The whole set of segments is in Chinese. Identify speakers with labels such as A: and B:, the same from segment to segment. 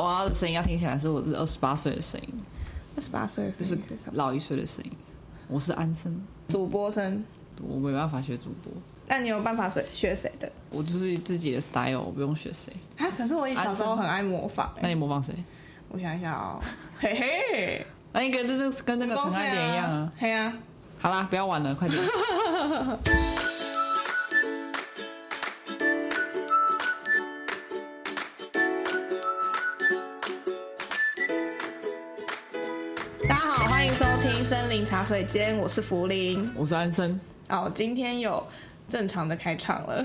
A: 我要的声音要听起来是我是二十八岁的声音，
B: 二十八岁的
A: 就
B: 声
A: 是
B: 音是什么？
A: 老一岁的声音。我是安生，
B: 主播声。
A: 我没办法学主播，
B: 那你有办法学学谁的？
A: 我就是自己的 style，我不用学谁。
B: 啊，可是我小时候很爱模仿、
A: 那
B: 欸。
A: 你模仿谁？
B: 我想一下 哦，嘿嘿，
A: 那你跟这跟那个陈汉典一样啊。
B: 嘿啊，
A: 好啦，不要玩了，快点。
B: 大家好，欢迎收听森林茶水间，我是福林。
A: 我是安 生，
B: 哦，今天有正常的开场了。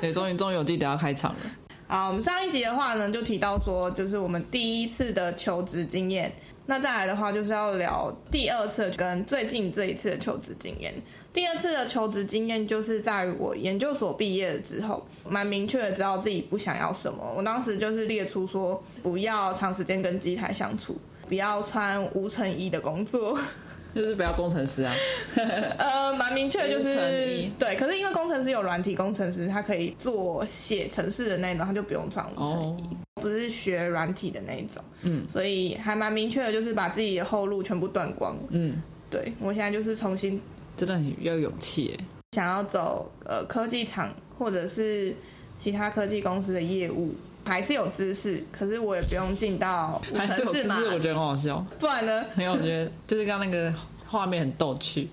A: 对，终于终于有记得要开场了。
B: 好，我们上一集的话呢，就提到说，就是我们第一次的求职经验。那再来的话，就是要聊第二次跟最近这一次的求职经验。第二次的求职经验就是在于我研究所毕业了之后，蛮明确的知道自己不想要什么。我当时就是列出说，不要长时间跟机台相处，不要穿无尘衣的工作。
A: 就是不要工程师啊，
B: 呃，蛮明确，就
A: 无尘
B: 是
A: 衣
B: 对。可是因为工程师有软体工程师，他可以做写程式的那种，他就不用穿无尘衣。
A: 哦，
B: 不是学软体的那一种，
A: 嗯，
B: 所以还蛮明确的，就是把自己的后路全部断光。
A: 嗯，
B: 对我现在就是重新
A: 真的很要有勇气耶。
B: 想要走呃科技厂或者是其他科技公司的业务，还是有知识，可是我也不用进到五
A: 还是有
B: 城
A: 知
B: 市嘛
A: 识，，我觉得很好笑，
B: 不然呢
A: 因为我觉得就是刚刚那个画面很逗趣。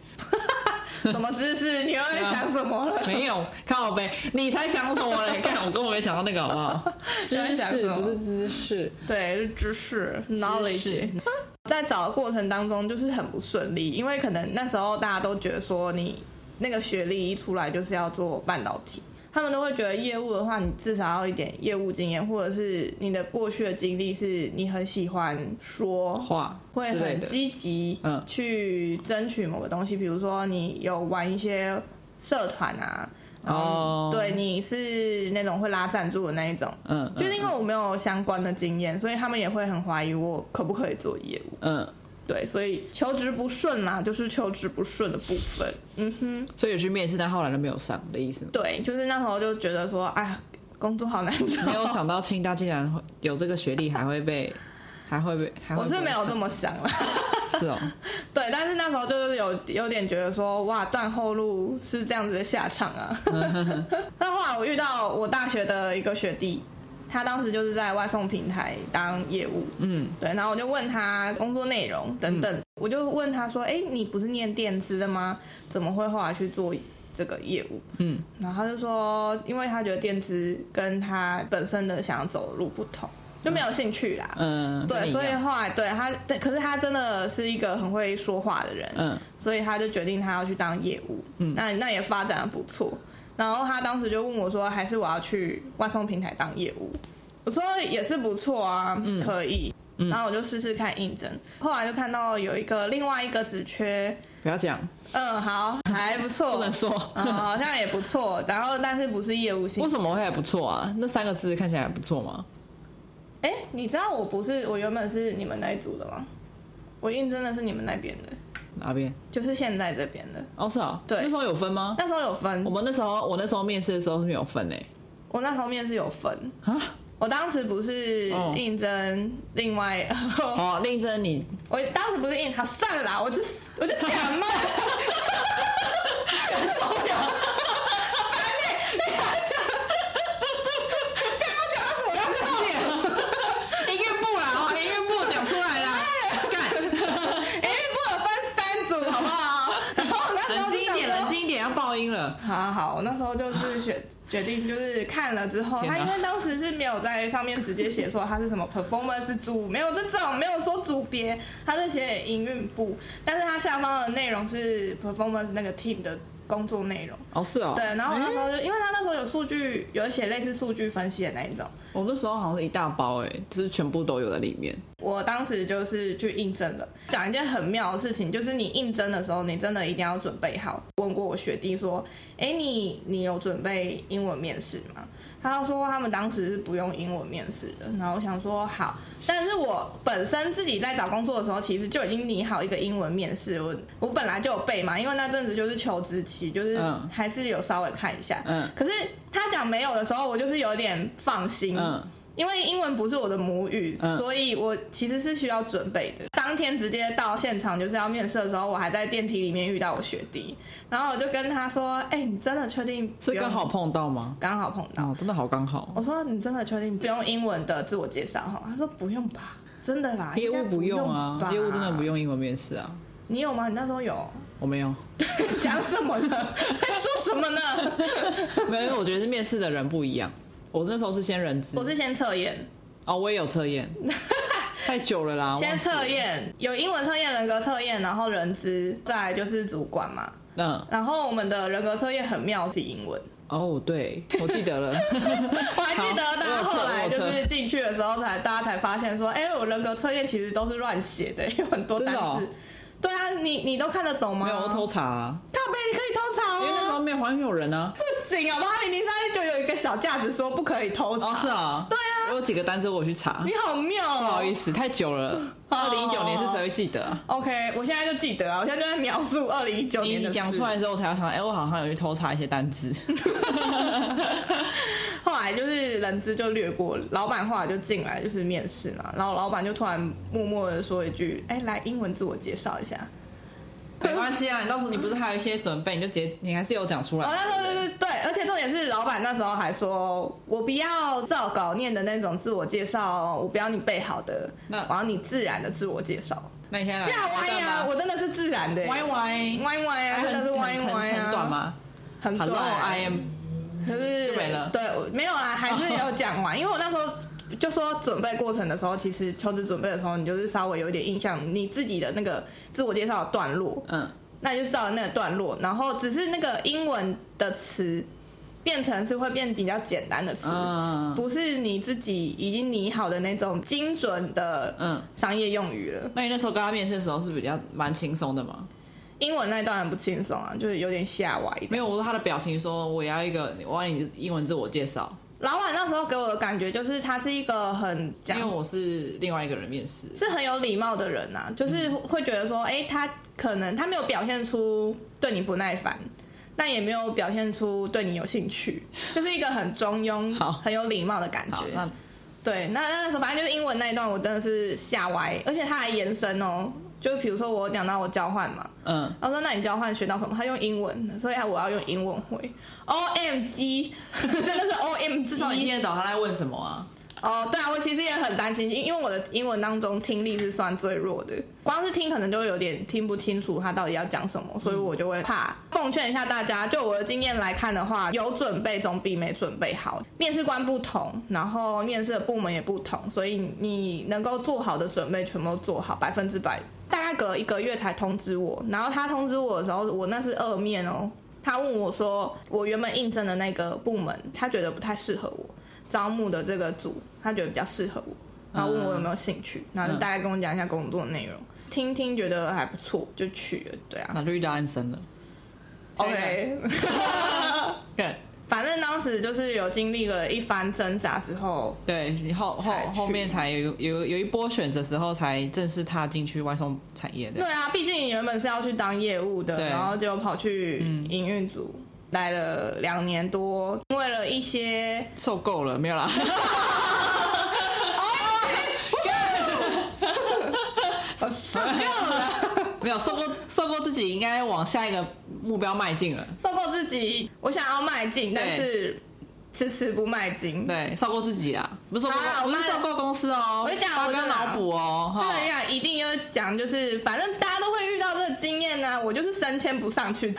B: 什么知识？你又在想什么了？
A: 没有，靠背，你才想什么 嘞？看我根本没想到那个，好不好？知
B: 在想什
A: 识
B: 么
A: 不是姿势，
B: 对，是知识 knowledge。在找的过程当中，就是很不顺利，因为可能那时候大家都觉得说你那个学历一出来就是要做半导体，他们都会觉得业务的话，你至少要一点业务经验，或者是你的过去的经历是你很喜欢说。
A: 画
B: 会
A: 之类
B: 很
A: 的。
B: 积极
A: 嗯
B: 去争取某个东西，比如说你有玩一些社团啊，然后
A: 哦
B: 对你是那种会拉赞助的那一种，
A: 嗯，
B: 就是因为我没有相关的经验，所以他们也会很怀疑我可不可以做业务。
A: 嗯，
B: 对，所以求职不顺啦，就是求职不顺的部分。嗯哼，
A: 所以有去面试，但后来都没有上的意 思吗。
B: 对，就是那时候就觉得说，哎呀，工作好难找。
A: 没有想到清大竟然会有这个学历，还会被，还会被，还会
B: 我是
A: 被
B: 没有这么想啦。
A: 上 是哦，
B: 对，但是那时候就是有有点觉得说，哇，断后路是这样子的下场啊。那后来我遇到我大学的一个学弟，他当时就是在外送平台当业务，
A: 嗯，
B: 对，然后我就问他工作内容等等，我就问他说：“哎，你不是念电资的吗？怎么会后来去做这个业务？”
A: 嗯，
B: 然后他就说，因为他觉得电资跟他本身的想要走的路不同，就没有兴趣啦。
A: 嗯，跟
B: 对，
A: 你一
B: 所以
A: 样
B: 后来对他，对，可是他真的是一个很会说话的人，
A: 嗯，
B: 所以他就决定他要去当业务。嗯，那那也发展的不错。然后他当时就问我说，还是我要去外送平台当业务？我说也是不错啊，
A: 嗯
B: 可以。然后我就试试看应征，后来就看到有一个另外一个职缺，
A: 不要讲，
B: 嗯，好，还不错，
A: 不能说。
B: 嗯，好像也 不错。然后但是不是业务性
A: 为？什么会还不错啊？那三个字看起来还不错吗？
B: 哎，你知道我不是我原本是你们那一组的吗？我应征的是你们那边的，
A: 哪边？
B: 就是现在这边的。
A: 哦，是啊，
B: 对
A: 那时候有分吗？
B: 那时候有分
A: 我，们那时候，我那时候面试的时候是没有分欸诶、
B: 我那时候面试有分。
A: 啊，
B: 我当时不是
A: 哦
B: 应征另外，
A: 哦，令真你
B: 我当时不是应，好算了啦，我就我就讲 嘛，受不了，烦欸你还讲这样要讲到什么样 子
A: 音乐部啦，哦，音乐部讲出来 啦，干，
B: 哎，不能分三组好不好？ 然后我那时候
A: 冷
B: 就
A: 静一点，
B: 想
A: 冷
B: 说
A: 静一点，要爆音了。
B: 好好好，我那时候就是决决定，就是看了之后，
A: 天
B: 他
A: 哪
B: 因为当时是没有在上面直接写说他是什么 performance 组，没有这种，没有说组别，他是写营运部，但是他下方的内容是 performance 那个 team 的工作内容。
A: 哦，是哦，
B: 对，然后我那时候就，因为他那时候有数据，有写类似数据分析的那一种，
A: 我那时候好像是一大包诶、就是全部都有在里面。
B: 我当时就是去应征了。讲一件很妙的事情，就是你应征的时候，你真的一定要准备好。问过我学弟说：“哎，你你有准备英文面试吗？”他说他们当时是不用英文面试的。然后我想说好，但是我本身自己在找工作的时候，其实就已经拟好一个英文面试。我我本来就有背嘛，因为那阵子就是求职期，就是
A: 嗯
B: 还是有稍微看一下。
A: 嗯
B: 可是他讲没有的时候，我就是有点放心。
A: 嗯，
B: 因为英文不是我的母语，
A: 嗯
B: 所以我其实是需要准备的。当天直接到现场就是要面试的时候，我还在电梯里面遇到我学弟，然后我就跟他说：“哎、你真的确定不
A: 是
B: 用
A: 刚好碰到吗？
B: 刚好碰到？”
A: 哦，真的好刚好，
B: 我说：“你真的确定不用英文的自我介绍哈？”他说：“不用吧，真的啦，
A: 业
B: 应
A: 务
B: 该
A: 不
B: 不
A: 用啊
B: 吧，
A: 业务真的不。用英文面试啊，
B: 你有吗？你那时候有
A: 我没有，
B: 讲什么呢？ 在说什么呢？
A: 没有，因为我觉得是面试的人不一样。我那时候是先人资
B: 我，是先测验，
A: 哦，我也有测 验，太久了啦，
B: 先
A: 忘
B: 测验有英文测验、人格测验，然后人资，再来就是主管嘛。
A: 嗯，
B: 然后我们的人格测验很妙，是英文。
A: 哦，对，我记 得了，
B: 我还记得
A: 好
B: 大家
A: 我有测
B: 后来就
A: 我有
B: 是进去的时候才，大家才发现说，哎、我人格测验其实都是乱写的，有很多单
A: 真的哦
B: 字。对啊，你你都看得懂吗？
A: 没有，我偷查啊，
B: 靠背，你可以偷藏
A: 因为那时
B: 哦。
A: 候面还没有人啊，
B: 不行好不好？他明明上面就有一个小架子说不可以偷藏。
A: 哦，是啊，
B: 对啊
A: 我有几个单子我有去查，
B: 你哦好妙哦。
A: 不好意思，太久了，二零一九年是谁会记得啊？
B: OK，我现在就记得啊，我现在就在描述二零一九年
A: 你
B: 的事
A: 讲出来之后，我才要想，哎、我好像有去偷查一些单 字。
B: 后来就是人资就略过，老板后来就进来就是面试嘛，然后老板就突然默默的说一句：“哎、来英文自我介绍一下。
A: 没关系啊，你到时候你不是还有一些准备，你就直接，你还是有讲出”来。
B: 哦，那时候就是对，而且重点是老板那时候还说：“我不要照稿念的那种自我介绍，我不要你背好的，
A: 那
B: 我要你自然的自我介绍。”
A: 那你现在来
B: 吓歪呀！我真的是自然的、
A: 歪歪，
B: 歪歪啊，
A: 还
B: 真的
A: 很
B: 是
A: 很
B: 歪歪
A: 很
B: 啊，
A: 很短？吗
B: 很短。
A: ？Hello, I am。
B: 可是
A: 就没了
B: 对，我没有啦，还是有讲完，因为我那时候。就说准备过程的时候，其实求职准备的时候，你就是稍微有一点印象你自己的那个自我介绍的段落，
A: 嗯，
B: 那你就照着那个段落，然后只是那个英文的词变成是会变比较简单的词，
A: 嗯
B: 不是你自己已经拟好的那种精准的
A: 嗯。
B: 商业用语了。
A: 那你那时候跟他面试的时候是比较蛮轻松的吗？
B: 英文那一段很不轻松啊，就是有点吓歪的。
A: 没有，我说他的表情说我要一个，我要你英文自我介绍，
B: 老板那时候给我的感觉就是他是一个很
A: 因
B: 讲
A: 为我是另外一个人面试。
B: 是很有礼貌的人呐、就是
A: 嗯
B: 会觉得说，哎、他可能他没有表现出对你不耐烦，但也没有表现出对你有兴趣，就是一个很中庸
A: 好、
B: 很有礼貌的感
A: 好，
B: 觉。
A: 那
B: 对，那那时候反正就是英文那一段，我真的是吓歪，而且他还延伸哦，就是比如说我讲到我交换嘛，
A: 嗯，
B: 他说那你交换学到什么？他用英文，所以我要用英文回。O M G，真的 是 O M
A: 至少你
B: G
A: 听。得懂他在问什么啊？
B: 哦，对啊，我其实也很担心，因因为我的英文当中听力是算最弱的，光是听可能就会有点听不清楚他到底要讲什么，所以我就会怕。奉劝一下大家，就我的经验来看的话，有准备总比没准备好。面试官不同，然后面试的部门也不同，所以你能够做好的准备全部都做好，百分之百。大概隔一个月才通知我，然后他通知我的时候，我那是二面哦。他问我说，我原本应征的那个部门，他觉得不太适合我，招募的这个组，他觉得比较适合我，然后问我有没有兴趣，然后就大概跟我讲一下工作内容，听听觉得还不错，就去了。对啊
A: 那就遇到安生了。
B: 嗯，OK，
A: 对，
B: 反正当时就是有经历了一番挣扎之后，
A: 对你后后
B: 才去
A: 后面才有有有一波选择时候，才正式踏进去外送产业
B: 对
A: 的。
B: 啊，毕竟你原本是要去当业务的，
A: 对
B: 然后就跑去营运组。待了两年多，因为了一些
A: 受够了没有啦？
B: 受 够了，
A: 没有受够受够自己，应该往下一个目标迈进了。
B: 受够自己，我想要迈进，但
A: 对
B: 是迟迟不迈进。
A: 对，受够自己啦，不是受够
B: 好啦，
A: 不
B: 我
A: 是
B: 妈
A: 受够公司哦。
B: 我跟你讲
A: 大
B: 我
A: 家
B: 真
A: 不
B: 的
A: 要脑补哦。
B: 这
A: 哈
B: 个要一定要讲，就是反正大家都会遇到这个经验呐、我就是升迁不上去，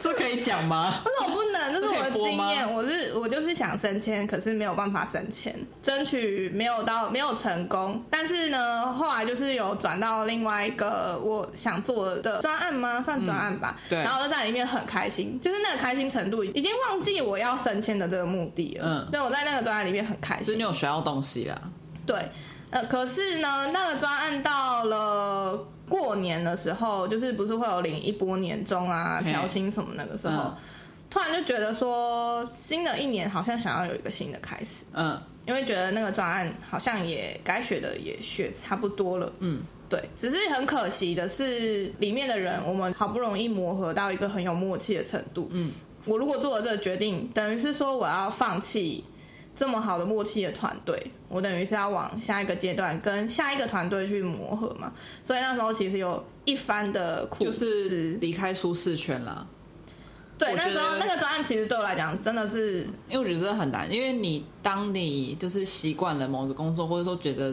A: 这可以讲吗？
B: 为什么不能？这是我的
A: 这可以播
B: 经
A: 吗
B: 验，我是我就是想升迁，可是没有办法升迁，争取没有到没有成功。但是呢，后来就是有转到另外一个我想做的专案吗？算专案吧。
A: 嗯对
B: 然后我就在里面很开心，就是那个开心程度已经忘记我要升迁的这个目的了。
A: 嗯
B: 对，我在那个专案里面很开
A: 就是
B: 心
A: 你。有学到东西啦。
B: 对，呃，可是呢，那个专案到了过年的时候，就是不是会有领一波年终啊、
A: 嘿
B: 调薪什么那个时候
A: 嗯，
B: 突然就觉得说，新的一年好像想要有一个新的开始，
A: 嗯，
B: 因为觉得那个专案好像也该学的也学差不多了，
A: 嗯。
B: 对，只是很可惜的是，里面的人我们好不容易磨合到一个很有默契的程度。
A: 嗯，
B: 我如果做了这个决定，等于是说我要放弃这么好的默契的团队，我等于是要往下一个阶段跟下一个团队去磨合嘛，所以那时候其实有一番的苦
A: 就
B: 思。
A: 是离开舒适圈啦。
B: 对，
A: 我
B: 那
A: 觉
B: 时候
A: 得
B: 那个专案其实对我来讲真的是
A: 因为我觉得这很难，因为你当你就是习惯了某个工作，或者说觉得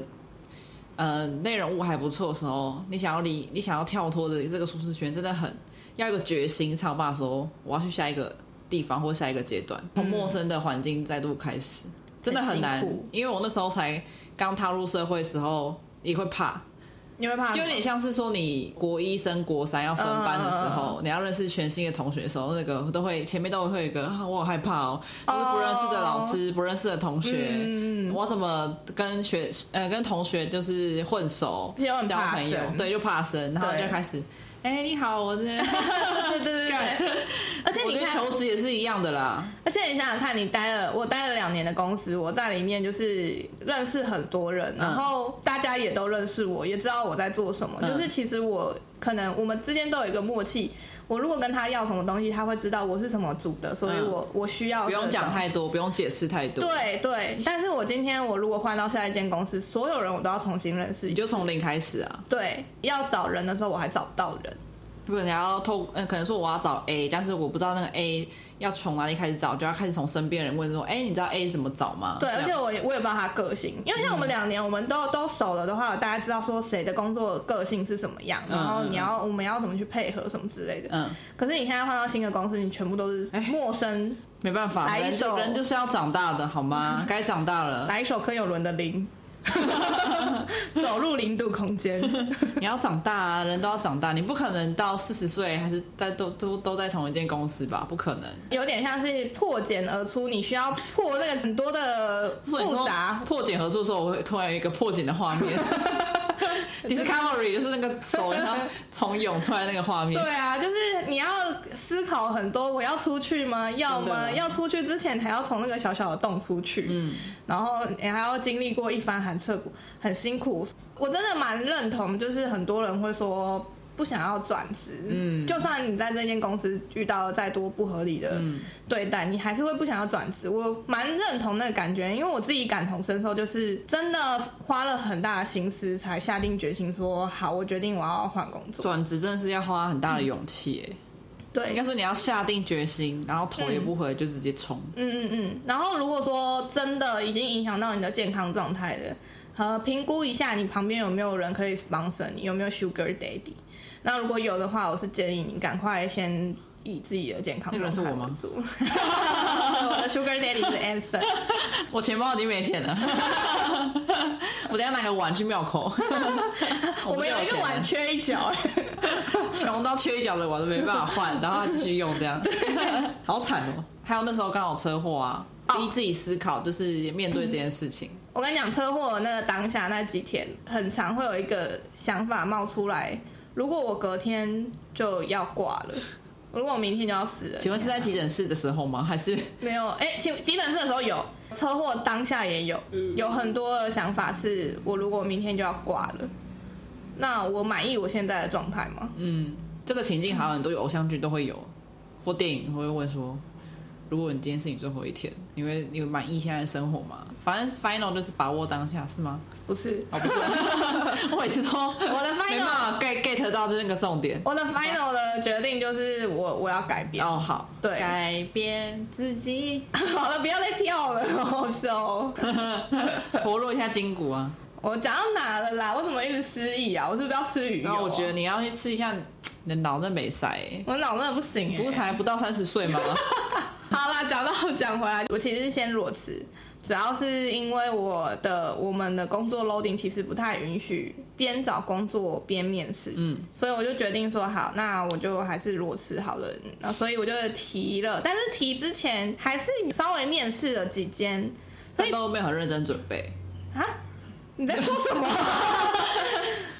A: 呃内容物还不错的时候，你想要离你想要跳脱的这个舒适圈，真的很要一个决心才有办法说我要去下一个地方或下一个阶段，从陌生的环境再度开始，真的很难
B: 嗯很辛苦。
A: 因为我那时候才刚踏入社会的时候，也会怕，
B: 你会怕
A: 就有点像是说你国一升国三要分班的时
B: 嗯
A: 候，你要认识全新的同学的时候，那个都会前面都会有一个、啊、我好害怕哦，就是不认识的老师、不认识的同学，
B: 哦嗯
A: 我怎么跟学呃跟同学就是混熟
B: 又很
A: 交
B: 怕
A: 朋友，
B: 生
A: 对，就怕生，然后
B: 对
A: 就开始。哎、你好，我是，
B: 对对 对对对， 而且
A: 我
B: 你
A: 跟
B: 看，
A: 求职也是一样的啦。
B: 而且你想想看，你待了我待了两年的公司，我在里面就是认识很多人，
A: 嗯
B: 然后大家也都认识我，也知道我在做什么。
A: 嗯
B: 就是其实我可能我们之间都有一个默契，我如果跟他要什么东西，他会知道我是什么组的，所以
A: 嗯
B: 我、我需要
A: 不用讲太
B: 多。
A: 多，不用解释太多，，
B: 哦对对，但是我今天我如果换到下一间公司，所有人我都要重新认识
A: 你。就从零开始啊。
B: 对，要找人的时候我还找不到人。
A: 如果你要透，嗯、可能说我要找 A，但是我不知道那个 A 要从哪里开始找，就要开始从身边人问说，哎、你知道 A 怎么找吗？
B: 对，
A: 这
B: 而
A: 样
B: 且我也我也不知道他个性，因为像我们两年，我们都都熟了的话，大家知道说谁的工作个性是什么样，
A: 嗯
B: 然后你要我们要怎么去配合什么之类的。
A: 嗯，
B: 可是你现在换到新的公司，你全部都
A: 哎
B: 是陌生，
A: 没办法，
B: 来一
A: 人就
B: 首
A: 人就是要长大的好 吗？该长大了，
B: 来一首柯有伦的《零》， 走入零度空间。
A: 你要长大啊，人都要长大，你不可能到四十岁还是在都都都在同一间公司吧？不可能。
B: 有点像是破茧而出，你需要破那个很多的
A: 所以你说
B: 复杂。
A: 破茧而出的时候，我会突然有一个破茧的画 面 ，Discovery 就是那个手然后从涌出来那个画面
B: 对，啊，就是你要思考很多，我要出去吗？要吗？
A: 真的
B: 要出去之前还要从那个小小的洞出去，嗯，然后你还要经历过一番寒彻骨，很辛苦。我真的蛮认同，就是很多人会说不想要转职，嗯，就算你在这间公司遇到再多不合理的对待，你还是会不想要转职。我蛮认同那个感觉，因为我自己感同身受，就是真的花了很大的心思才下定决心说，好，我决定我要换工作。
A: 转职真的是要花很大的勇气、哎。
B: 对
A: 应，该说你要下定决心，然后头也不回就直接冲。
B: 嗯嗯嗯，然后如果说真的已经影响到你的健康状态了，呃，评估一下你旁边有没有人可以 sponsor 你，有没有 Sugar Daddy。那如果有的话，我是建议你赶快先以自己的健康
A: 那个人是
B: 状态
A: 我
B: 为
A: 吗
B: 主。 我的 Sugar Daddy 是 Anson。
A: 我钱包已经没钱了， 我等一下拿个碗去庙口。
B: 我们有一个碗
A: 完
B: 缺一角，
A: 穷到缺一角的碗都没办法换，然后还继续用这样，好惨哦。还有那时候刚好车祸啊，
B: 哦
A: 逼自己思考，就是面对这件事情。
B: 我跟你讲，车祸的那个当下那几天，很常会有一个想法冒出来：如果我隔天就要挂了，如果我明天就要死了，
A: 请问是在急诊室的时候吗？还是
B: 没有，哎、请急诊室的时候有，车祸当下也有，
A: 嗯
B: 有很多的想法是，我如果明天就要挂了，那我满意我现在的状态吗？
A: 嗯，这个情境好像很多偶像剧都会有，或电影会问说，如果你今天是你最后一天，你会你会满意现在的生活吗？反正 final 就是把握当下，是吗？
B: 不是，
A: 哦，不 是，我每次都
B: 我
A: 我
B: 的
A: 没
B: final，
A: 办法 get get 到那个重点。
B: 我的 final 的决定就是我我要改变。
A: 哦，好，
B: 对
A: 改变自己，
B: 好了，不要再跳了，好羞。
A: 活络一下筋骨啊。
B: 我讲到哪了啦？我怎么一直失忆啊？我是不是要吃鱼、油
A: 然
B: 啊？
A: 后我觉得你要去试一下，你的脑袋没塞、 欸，
B: 我脑真的不行、欸，
A: 不是才不到三十岁吗？
B: 好啦，讲到讲回来，我其实是先裸辞，主要是因为我的我们的工作 loading 其实不太允许边找工作边面试，
A: 嗯，
B: 所以我就决定说好，那我就还是裸辞好了。那所以我就提了，但是提之前还是稍微面试了几间 所以
A: 但都没有很认真准备。
B: 啊？你在说 什么？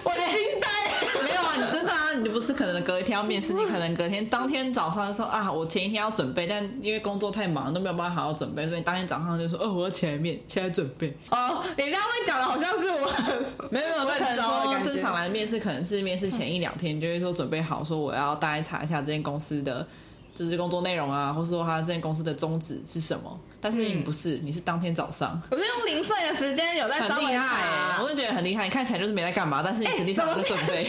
B: 我惊呆。
A: 没有啊，你真的啊，你不是可能隔一天要面试，你可能隔天当天早上就说啊，我前一天要准备，但因为工作太忙都没有办法好好准备，所以当天早上就说哦，我要起来面起来准 备。
B: 哦，你这样会讲的好像是我很
A: 没有没有，
B: 我
A: 就
B: 很
A: 可能
B: 糟的感
A: 说哦
B: 觉
A: 正常哦来面试，可能是面试前一两天就会说准备好，说我要大概查一下这间公司的就是工作内容啊，或是说他这间公司的宗旨是什么。但是你不是，你是当天早 上，
B: 我是用零碎的时间有在哎稍
A: 很
B: 微
A: 厉害、
B: 查
A: 欸，我就觉得很厉害。你看起来就是没在干嘛，但是
B: 哎
A: 你实际上有在准备。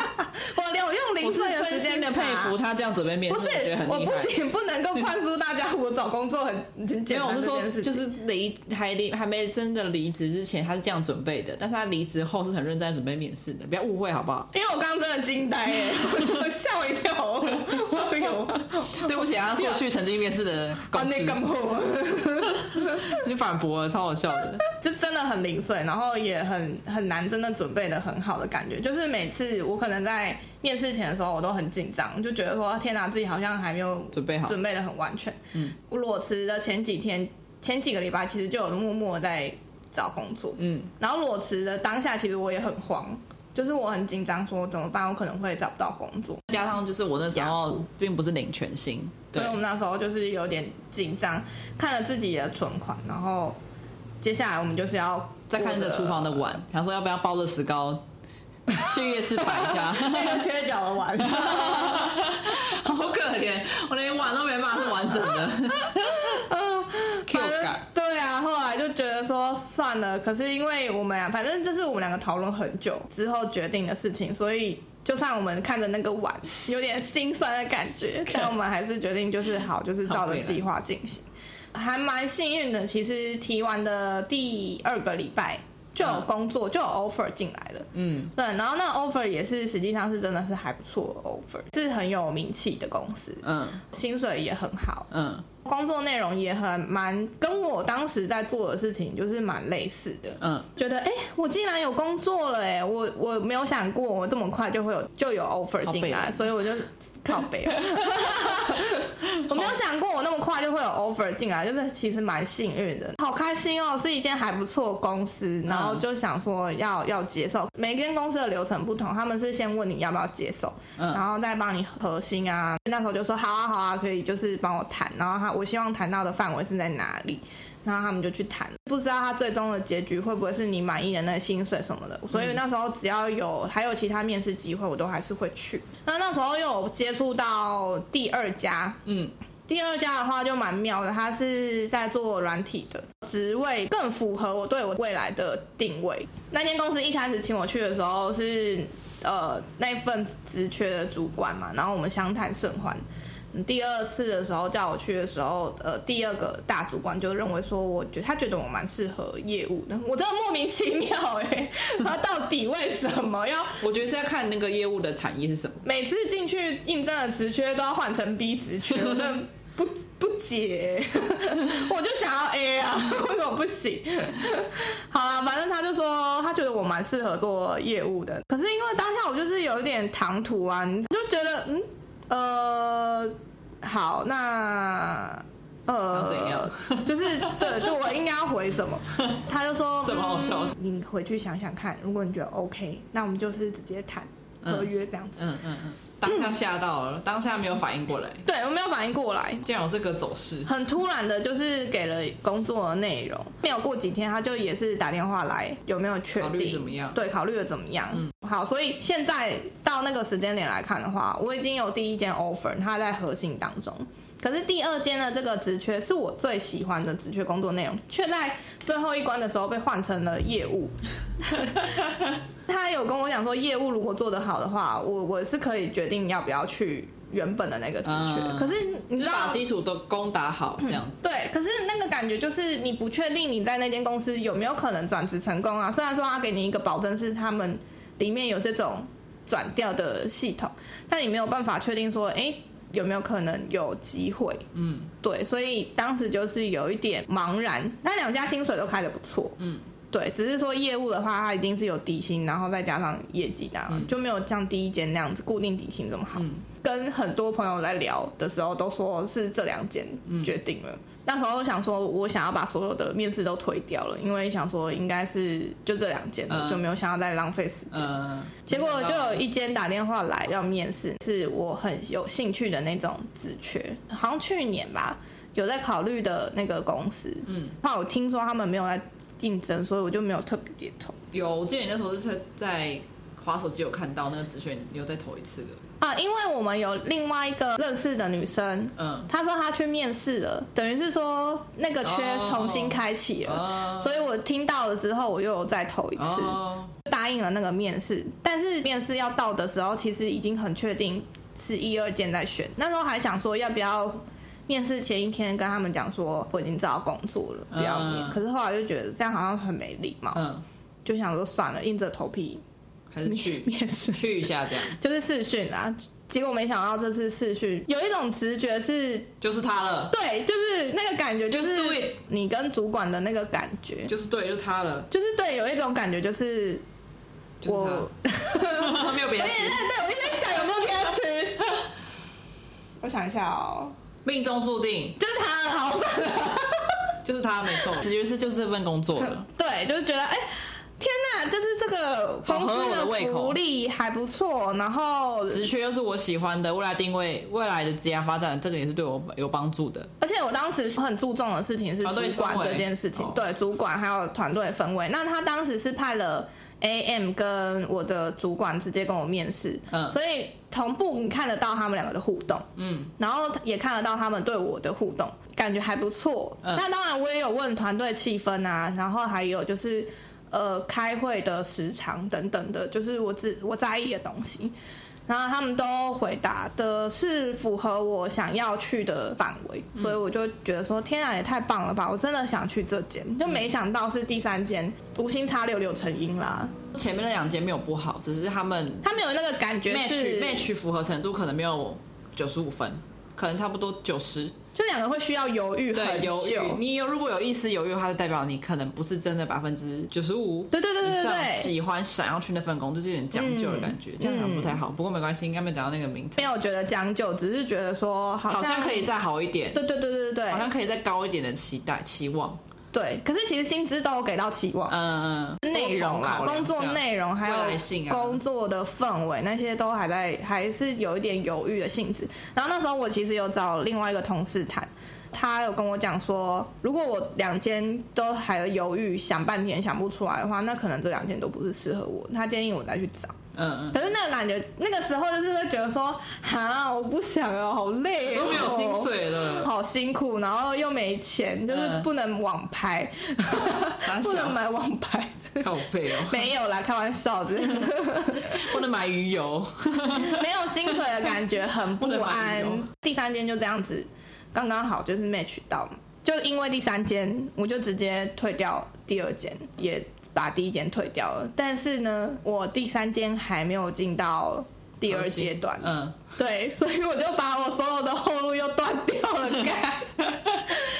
B: 我连我用
A: 我
B: 零
A: 是
B: 碎的时
A: 真
B: 间
A: 心的佩服他这样准备面
B: 不
A: 试，
B: 是
A: 我觉得很
B: 我
A: 厉
B: 啊不
A: 害。
B: 行，不能够灌输大家我找工作很很
A: 没
B: 简
A: 有，我
B: 单
A: 是
B: 这
A: 说
B: 件，事
A: 就
B: 情。
A: 是离还离还没真的离职之前，他是这样准备的，但是他离职后是很认真在准备面试的，不要误会好不 好？
B: 因为我刚刚真的惊呆耶，我吓我一跳，我 有
A: 对不起啊，过去曾经面试的公
B: 观念
A: 司，
B: 更厚，
A: 你反驳了，超好笑的。
B: 就真的很零碎，然后也很很难真的准备的很好的感觉。就是每次我可能在面试前的时候，我都很紧张，就觉得说天哪，自己好像还没有
A: 准备好，
B: 准备的很完全。
A: 嗯，
B: 裸辞的前几天，前几个礼拜其实就有默默在找工作，
A: 嗯，
B: 然后裸辞的当下，其实我也很慌，就是我很紧张，说怎么办，我可能会找不到工作，
A: 加上就是我那时候并不是领全薪，
B: 所
A: 对
B: 以我，们那时候就是有点紧张，看了自己的存款，然后接下来我们就是要
A: 再看着厨 房的碗，想说要不要包着石膏去夜市摆一 下，
B: 那个缺角的 碗，
A: 好可怜，我连碗都没办法是完整 的。Q
B: 啊反正
A: 感
B: 对啊，后来就觉得说算了，可是因为我们啊，反正这是我们两个讨论很久之后决定的事情，所以就算我们看着那个碗有点心酸的感 觉，但我们还是决定就是好，就是照着计划进行。还蛮幸运的，其实提完的第二个礼拜就有工作，就有 offer 进来了。
A: 嗯，
B: 对，然后那 offer 也是实际上是真的是还不错的 offer，是很有名气的公司，
A: 嗯
B: 薪水也很好，
A: 嗯
B: 工作内容也很蛮跟我当时在做的事情就是蛮类似的，
A: 嗯，
B: 觉得哎、诶我竟然有工作了哎、诶我我没有想过我这么快就会有就有 offer
A: 靠背
B: 进来，所以我就靠背哦，我没有想过我那么快就会有 offer 进来，就是其实蛮幸运的，好开心哦，是一间还不错的公司，然后就想说要要接受，每间公司的流程不同，他们是先问你要不要接受，
A: 嗯
B: 然后再帮你核心啊。那时候就说好啊好啊，可以就是帮我谈，然后他我希望谈到的范围是在哪里，然后他们就去谈。不知道他最终的结局会不会是你满意的那个薪水什么的，所以那时候只要有还有其他面试机会，我都还是会去。那那时候又有接触到第二家，
A: 嗯，
B: 第二家的话就蛮妙的，他是在做软体的职位，更符合我对我未来的定位。那间公司一开始请我去的时候是呃那份职缺的主管嘛，然后我们相谈甚欢。嗯第二次的时候叫我去的时候，呃，第二个大主管就认为说，我觉他觉得我蛮适合业务的，我真的莫名其妙哎、欸， 他到底为什么要
A: 我觉得是要看那个业务的产业是什么。
B: 每次进去应征的职缺都要换成 B 职缺，我 真的不不解， 我就想要 A 啊， 为什么不行？好啦，反正他就说他觉得我蛮适合做业务的，可是因为当下我就是有一点唐突啊，你就觉得嗯呃好那。呃，
A: 想怎样？
B: 就是对，对我应该要回什么？他就说，
A: 这么好笑
B: 嗯你回去想想看，如果你觉得 OK，那我们就是直接谈合约这样子。
A: 嗯嗯嗯，当下吓到了，当下没有反应过来，
B: 对我没有反应过来，
A: 竟然有这个走势。
B: 很突然的，就是给了工作的内容，没有过几天，他就也是打电话来，有没有确
A: 考虑
B: 定
A: 怎么样嗯
B: 对，考虑的怎么样？好，所以现在到那个时间点来看的话，我已经有第一间 offer，它在核心当中。可是第二间的这个职缺是我最喜欢的职缺工作内容，却在最后一关的时候被换成了业务。 他有跟我讲说，业务如果做得好的话，我我是可以决定要不要去原本的那个职缺。
A: 嗯
B: 可是你
A: 就
B: 知
A: 是
B: 道，
A: 把基础都攻打好，这样子。
B: 对，可是那个感觉就是你不确定你在那间公司有没有可能转职成功啊。虽然说他给你一个保证是他们里面有这种转调的系统，但你没有办法确定说，哎、有没有可能有机会？
A: 嗯
B: 对，所以当时就是有一点茫然。那两家薪水都开的不错，
A: 嗯，
B: 对，只是说业务的话，它一定是有底薪，然后再加上业绩的、就没有像第一间那样子固定底薪这么好。
A: 嗯
B: 跟很多朋友在聊的时候，都说是这两间
A: 嗯
B: 决定了。那时候想说，我想要把所有的面试都推掉了，因为想说应该是就这两间了，
A: 嗯
B: 就没有想要再浪费时间。
A: 呃，
B: 结果就有一间打电话来要面试，是我很有兴趣的那种职缺，好像去年吧有在考虑的那个公司。
A: 嗯，
B: 后来我听说他们没有在竞争，所以我就没有特别投。
A: 有，我记得你那时候是在在滑手机有看到那个资讯，你又再投一次的。
B: 啊，因为我们有另外一个认识的女生，
A: 嗯
B: 她说她去面试了，等于是说那个缺
A: 哦
B: 重新开启了，
A: 哦
B: 所以我听到了之后，我又有再投一次。
A: 哦，
B: 答应了那个面试，但是面试要到的时候，其实已经很确定是一二间在选。那时候还想说要不要面试前一天跟他们讲说我已经找到工作了，不要面。
A: 嗯
B: 可是后来就觉得这样好像很没礼貌，
A: 嗯，
B: 就想说算了，硬着头皮
A: 还是去
B: 面试，
A: 去一下这样，
B: 就是试训啊。结果没想到这次试训有一种直觉是，
A: 就是他了，
B: 对，就是那个感觉，就
A: 就是
B: 是
A: 对
B: 你跟主管的那个感觉，
A: 就是对，就是他了，
B: 就是对，有一种感觉就是
A: 就是
B: 我
A: 他，没有别
B: 我
A: 的
B: 也
A: 词
B: 在，。 对，我一直在想有没有给 他吃。我想一下哦，
A: 命中注定
B: 就是他了，好算了。
A: 就是他，没错， 直觉是就是这份工作了。
B: 对，就是觉得哎、天哪，就是这个公
A: 好合
B: 司
A: 我的胃口
B: 福利还不错，然后
A: 职缺又是我喜欢的，未来定位、未来的职业发展，这个也是对我有帮助的。
B: 而且我当时很注重的事情是
A: 团队
B: 主管
A: 氛围
B: 这件事情，
A: 哦
B: 对主管还有团队氛围。那他当时是派了 AM 跟我的主管直接跟我面试，
A: 嗯
B: 所以同步你看得到他们两个的互动，
A: 嗯，
B: 然后也看得到他们对我的互动，感觉还不错。
A: 嗯
B: 那当然我也有问团队气氛啊，然后还有就是。呃，开会的时长等等的，就是我自我在意的东西，然后他们都回答的是符合我想要去的范围，
A: 嗯
B: 所以我就觉得说，天啊，也太棒了吧！我真的想去这间，就没想到是第三间，无心插柳柳成荫啦。
A: 前面那两间没有不好，只是他们
B: 他们有那个感觉
A: match
B: 是，
A: match 符合程度可能没有九十五分，可能差不多九十。
B: 就两个会需要犹豫
A: 对，
B: 很
A: 犹豫，
B: 久。
A: 你有如果有一丝犹豫的话，就代表你可能不是真的百分之九十五。
B: 对对对对对嗯对，
A: 喜欢想要去那份工，就是有点将就的感觉，这样好像不太好。不过没关系，应该没有讲到那个名
B: 没
A: 称，
B: 有觉得将就，只是觉得说好
A: 好
B: 像
A: 像可以。再好一点，
B: 对对对对对
A: 好像
B: 对
A: 可以再高一点的期待期望。
B: 对，可是其实薪资都有给到期望，
A: 嗯，嗯
B: 内容啦，
A: 多重考量
B: 工作
A: 这样
B: 内容还有
A: 未来性啊
B: 工作的氛围那些都还在，还是有一点犹豫的性质。然后那时候我其实有找另外一个同事谈，他有跟我讲说，如果我两间都还犹豫，想半天想不出来的话，那可能这两间都不是适合我。他建议我再去找。
A: 嗯嗯，
B: 可是那个感觉，那个时候就是会觉得说，哈，我不想哦，好累、哦，
A: 都没有薪。水了，
B: 好辛苦，然后又没钱，就是
A: 嗯
B: 不能网拍，
A: 傻
B: 不能
A: 小，
B: 买网拍，
A: 靠背哦，
B: 没有啦，开玩笑 的，
A: 不能买鱼油，
B: 没有薪水的感觉很不
A: 不能买
B: 安
A: 旅游。
B: 第三间就这样子，刚刚好就是 match 到，就因为第三间，我就直接退掉第二间，也把第一间退掉了。但是呢，我第三间还没有进到第二阶段，
A: 嗯，
B: 对，所以我就把我所有的后路又断掉了。干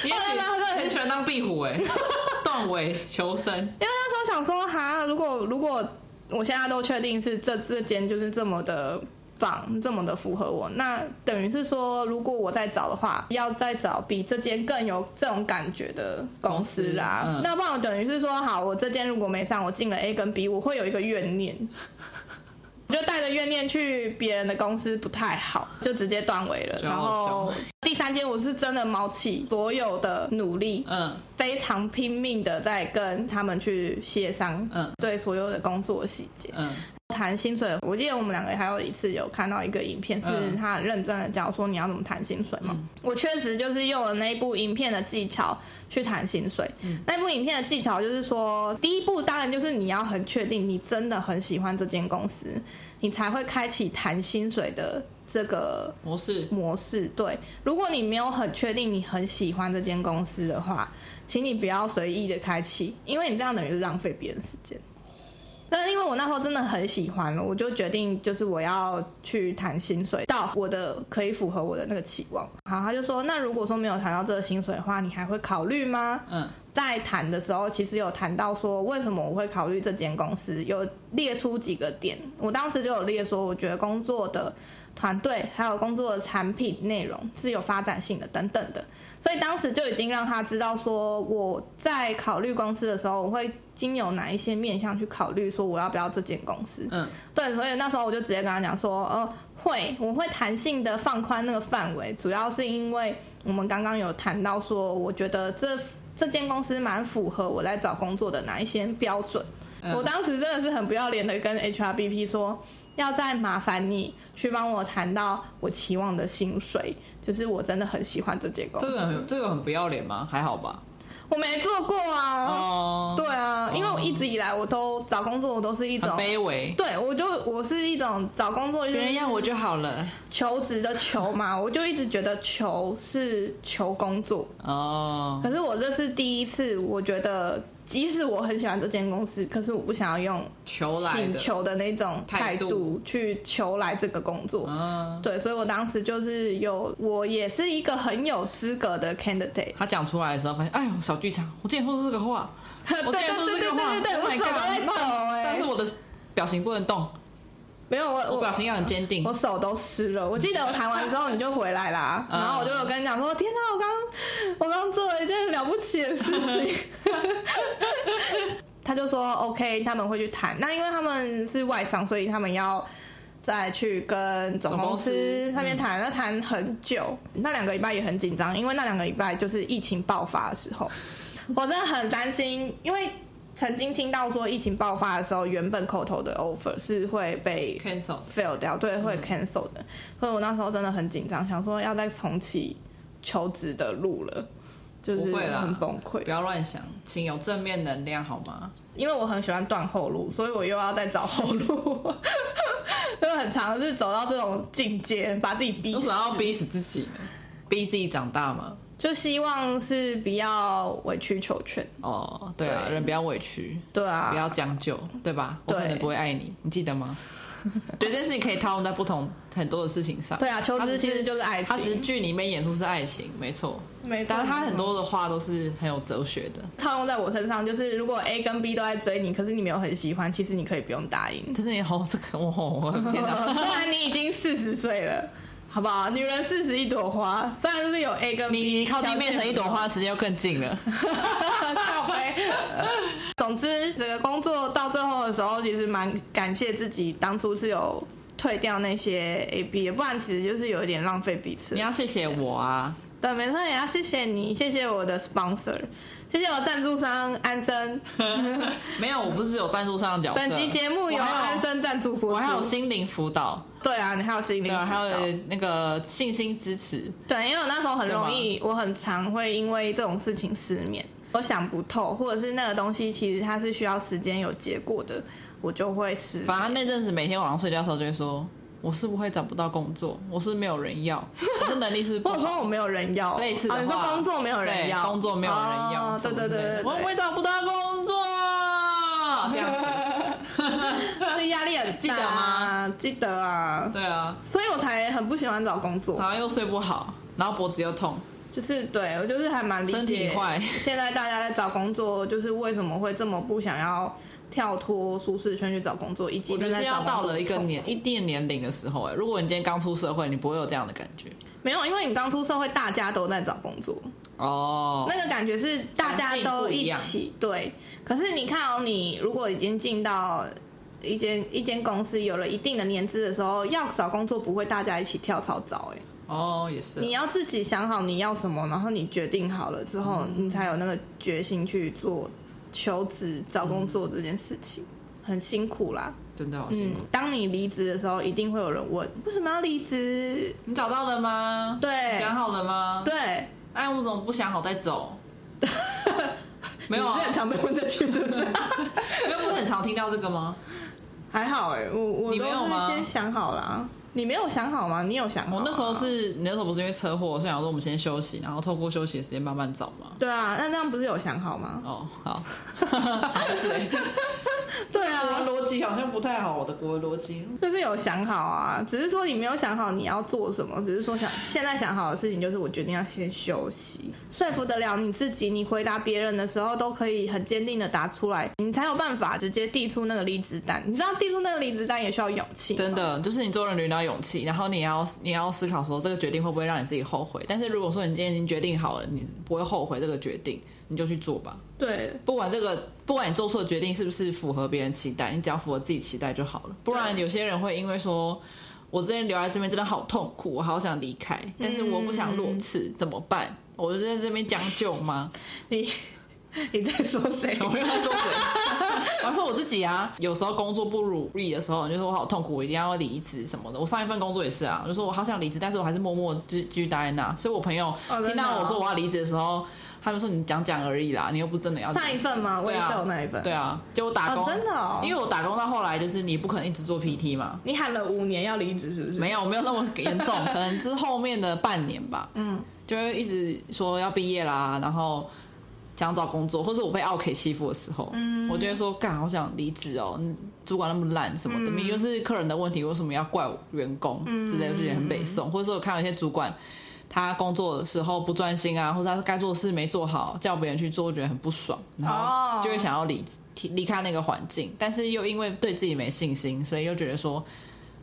A: 你也
B: 后来呢他就
A: 很喜欢当壁虎哎，断尾求生，
B: 因为那时候想说，哈，如果如果我现在都确定是这这间就是这么的棒，这么的符合我，那等于是说，如果我再找的话，要再找比这间更有这种感觉的公司啦。
A: 公司嗯
B: 那不然等于是说，好，我这间如果没上，我进了 A 跟 B，我会有一个怨念。我就带着怨念去别人的公司不太好，就直接断尾了。
A: 真
B: 然
A: 好笑
B: 后第三间我是真的卯起所有的努力，
A: 嗯
B: 非常拼命的在跟他们去协商，
A: 嗯
B: 对所有的工作细节
A: 嗯，
B: 谈薪水。我记得我们两个还有一次有看到一个影片，是
A: 嗯
B: 他很认真的教说你要怎么谈薪水嘛。我确实就是用了那一部影片的技巧去谈薪水。
A: 嗯
B: 那部影片的技巧就是说，第一步当然就是你要很确定你真的很喜欢这间公司，你才会开启谈薪水的这个
A: 模式，
B: 模式。对，如果你没有很确定你很喜欢这间公司的话，请你不要随意的开启，因为你这样等于是浪费别人时间。但是因为我那时候真的很喜欢了，我就决定就是我要去谈薪水，到我的可以符合我的那个期望。好，他就说，那如果说没有谈到这个薪水的话，你还会考虑吗？
A: 嗯
B: 在谈的时候，其实有谈到说为什么我会考虑这间公司，有列出几个点。我当时就有列说，我觉得工作的团队还有工作的产品内容是有发展性的等等的，所以当时就已经让他知道说我在考虑公司的时候，我会经由哪一些面向去考虑说我要不要这间公司。
A: 嗯
B: 对，所以那时候我就直接跟他讲说，呃，会，我会弹性的放宽那个范围，主要是因为我们刚刚有谈到说，我觉得这这间公司蛮符合我在找工作的哪一些标准，
A: 嗯
B: 我当时真的是很不要脸的跟 HRBP 说，要再麻烦你去帮我谈到我期望的薪水，就是我真的很喜欢这间公
A: 这个
B: 司，
A: 很这个很不要脸吗？还好吧。
B: 我没做过啊。
A: 哦，
B: 对啊，因为我一直以来我都找工作，我都是一
A: 很
B: 种，
A: 卑微，
B: 对我就我是一种找工作就
A: 别
B: 是
A: 人要我就好了。
B: 求职的求嘛，我就一直觉得求是求工作，
A: 哦，
B: 可是我这是第一次，我觉得即使我很喜欢这间公司，可是我不想要用
A: 求来
B: 请
A: 的。
B: 求的那种态
A: 态度
B: 度去求来这个工作。
A: 嗯，
B: 对，所以我当时就是有，我也是一个很有资格的 candidate。
A: 他讲出来的时候发现，哎呦，小剧场，我之前说的是这个话，
B: 对
A: 我
B: 对
A: 之前
B: 对
A: 说的
B: 对
A: 是这个话，
B: 对 对对，
A: Oh my
B: 我什
A: God，
B: 么都在抖
A: 但
B: 哎
A: 是，我的表情不能动，
B: 没有我
A: 我表情要很坚定
B: 我。手都湿了。我记得我弹完之后你就回来啦，
A: 嗯
B: 然后我就有跟你讲说：“天哪，我刚我刚做了一件了不起的事情。” 他就说：“OK，他们会去谈。那因为他们是外商，所以他们要。”再去跟总公司嗯那边谈，那谈很久，那两个礼拜也很紧张，因为那两个礼拜就是疫情爆发的时 候，我真的很担心，因为曾经听到说疫情爆发的时候，原本口头的 offer 是会被
A: cancel，
B: fail 掉，对，会
A: 嗯
B: cancel 的。所以我那时候真的很紧张，想说要再重启求职的路了，就是
A: 不会啦
B: 很崩溃
A: 不。要乱想，请有正面能量好吗？
B: 因为我很喜欢断后路，所以我又要再找后路， 就很常是走到这种境界，把自己逼
A: 为什
B: 死
A: 么。要逼死自己呢？逼自己长大吗？
B: 就希望是不要委曲求全，
A: 哦，对啊，
B: 对
A: 人不要委屈，
B: 对
A: 不要
B: 啊，
A: 将就，对吧？我
B: 对
A: 可能不会爱你，你记得 吗？对，这件事情可以套用在不同很多的事情上。
B: 对啊，求
A: 他只
B: 职
A: 是
B: 其实就是爱
A: 他只是
B: 情，
A: 剧里面演出是爱情，没错，
B: 没错。
A: 但是他很多的话都是很有哲学的，
B: 套用在我身上，就是如果 A 跟 B 都在追你，可是你没有很喜欢，其实你可以不用答应。
A: 真的也好这个，我我的天 哪！
B: 哦虽然你已经四十岁了，好不好？女人四十一朵花，虽然就是有 A 跟 B，
A: 你你靠近变成一朵花，
B: 条
A: 的时间又更近 了。
B: 件不 同，靠背。总之，整个工作到最后的时候，其实蛮感谢自己当初是有退掉那些 A B，的不然其实就是有一点浪费彼此
A: 你。要谢谢我啊，
B: 对，没错，也要谢谢你，谢谢我的 sponsor，谢谢我赞助商安 生。
A: 没有，我不是只有赞助上的角色。
B: 本集节目由
A: 我还
B: 安
A: 有
B: 生赞助播
A: 我还有
B: 出。
A: 心灵辅导，
B: 对啊，你还有心灵
A: 对啊，
B: 辅
A: 还
B: 导
A: 有那个信心支持，
B: 对，因为我那时候很容易，我很常会因为这种事情失眠，我想不透，或者是那个东西其实它是需要时间有结果的，我就会失眠。
A: 反正那阵子每天晚上睡觉的时候就会说，我是不会找不到工作，我是没有人要，我是能力是不
B: 或
A: 好
B: 者 说我没有人要，
A: 类似的
B: 哦，
A: 话，
B: 你说工作没有人要，
A: 对工作没有人要，
B: 哦、对对对对
A: 我
B: 对
A: 我找不到工作，啊这样子，
B: 对，所以压力很大，
A: 记得吗？
B: 记得啊，
A: 对啊，
B: 所以我才很不喜欢找工作，
A: 然后又睡不好，然后脖子又痛，
B: 就是对我就是还蛮理解
A: 身体坏
B: 现在大家在找工作，就是为什么会这么不想要跳脱舒适圈去找工作，以及
A: 我觉
B: 正
A: 得
B: 在
A: 是
B: 找
A: 要
B: 工作
A: 到了一
B: 的
A: 个
B: 痛苦
A: 年一定年龄的时候、哎，如果你今天刚出社会，你不会有这样的感觉
B: 没有，因为你刚出社会，大家都在找工作，
A: 哦。
B: 那个感觉是大家都一
A: 环境
B: 起对。可是你看哦，你如果已经进到一间一间公司，有了一定的年资的时候，要找工作不会大家一起跳槽找、欸，
A: 哦，也是
B: 你要自己想好你要什么，然后你决定好了之后，你才有那个决心去做求职找工作这件事情，
A: 嗯
B: 很辛苦啦。
A: 真的好辛
B: 嗯
A: 苦。，
B: 当你离职的时候，一定会有人问为什么要离职？
A: 你找到了吗？
B: 对
A: 你想好了吗？
B: 对，
A: 哎，我怎么不想好再 走？没有啊
B: 你是，很常被问这句，是不是？
A: 没有不是很常听到这个吗？
B: 还好哎、我我
A: 你
B: 都
A: 没有
B: 是
A: 吗
B: 先想好啦。你没有想好吗？你有想好、啊
A: 我那时候。是，你那时候不是因为车祸，所以想说我们先休息，然后透过休息的时间慢慢找嘛。
B: 对啊，那这样不是有想好吗？
A: 哦，好， 好像是 欸
B: 对啊，
A: 逻辑好像不太好，我的国文逻辑。
B: 就是有想好啊，只是说你没有想好你要做什么，只是说想现在想好的事情就是我决定要先休息，说服得了你自己，你回答别人的时候都可以很坚定的答出来，你才有办法直接递出那个离职单。你知道递出那个离职单也需要勇气，
A: 真。的，就是你做人你要有勇气，然后你要你要思考说这个决定会不会让你自己后悔。但是如果说你今天已经决定好了，你不会后悔这个决定，你就去做吧。
B: 对，
A: 不管这个，不管你做出的决定是不是符合别人期待，你只要符合自己期待就好了。不然有些人会因为说，我之前留在这边真的好痛苦，我好想离开，
B: 嗯
A: 但是我不想落次，怎么办？我就在这边将就吗？
B: 你你在说 谁？
A: 我又在说谁？我还说我自己啊。有时候工作不如意的时候，你就说我哦好痛苦，我一定要离职什么的。我上一份工作也是啊，我就说我好想离职，但是我还是默默继继续待在那。所以我朋友
B: 真的
A: 听到
B: 哦
A: 我说我要离职的时候，他们说你讲讲而已啦，你又不真的要
B: 上一份吗？我
A: 对
B: 也
A: 啊
B: 是有那一份。
A: 对啊，就我打工、
B: 哦真的哦
A: 因为我打工到后来就是你不可能一直做 PT 嘛，
B: 你喊了五年要离职是不是？
A: 没有没有那么严重，可能就是后面的半年吧，
B: 嗯，
A: 就会一直说要毕业啦，然后想找工作，或是我被 OK 欺负的时候，嗯，我就会说干，好想离职哦，嗯主管那么烂什么的，
B: 嗯
A: 明明就是客人的问题，为什么要怪员工之类的，就觉得很北宋，或者说我看到一些主管。他工作的时候不专心啊，或者他该做的事没做好，叫别人去做，我觉得很不爽，然
B: 哦
A: 后就会想要离离开那个环境，但是又因为对自己没信心，所以又觉得说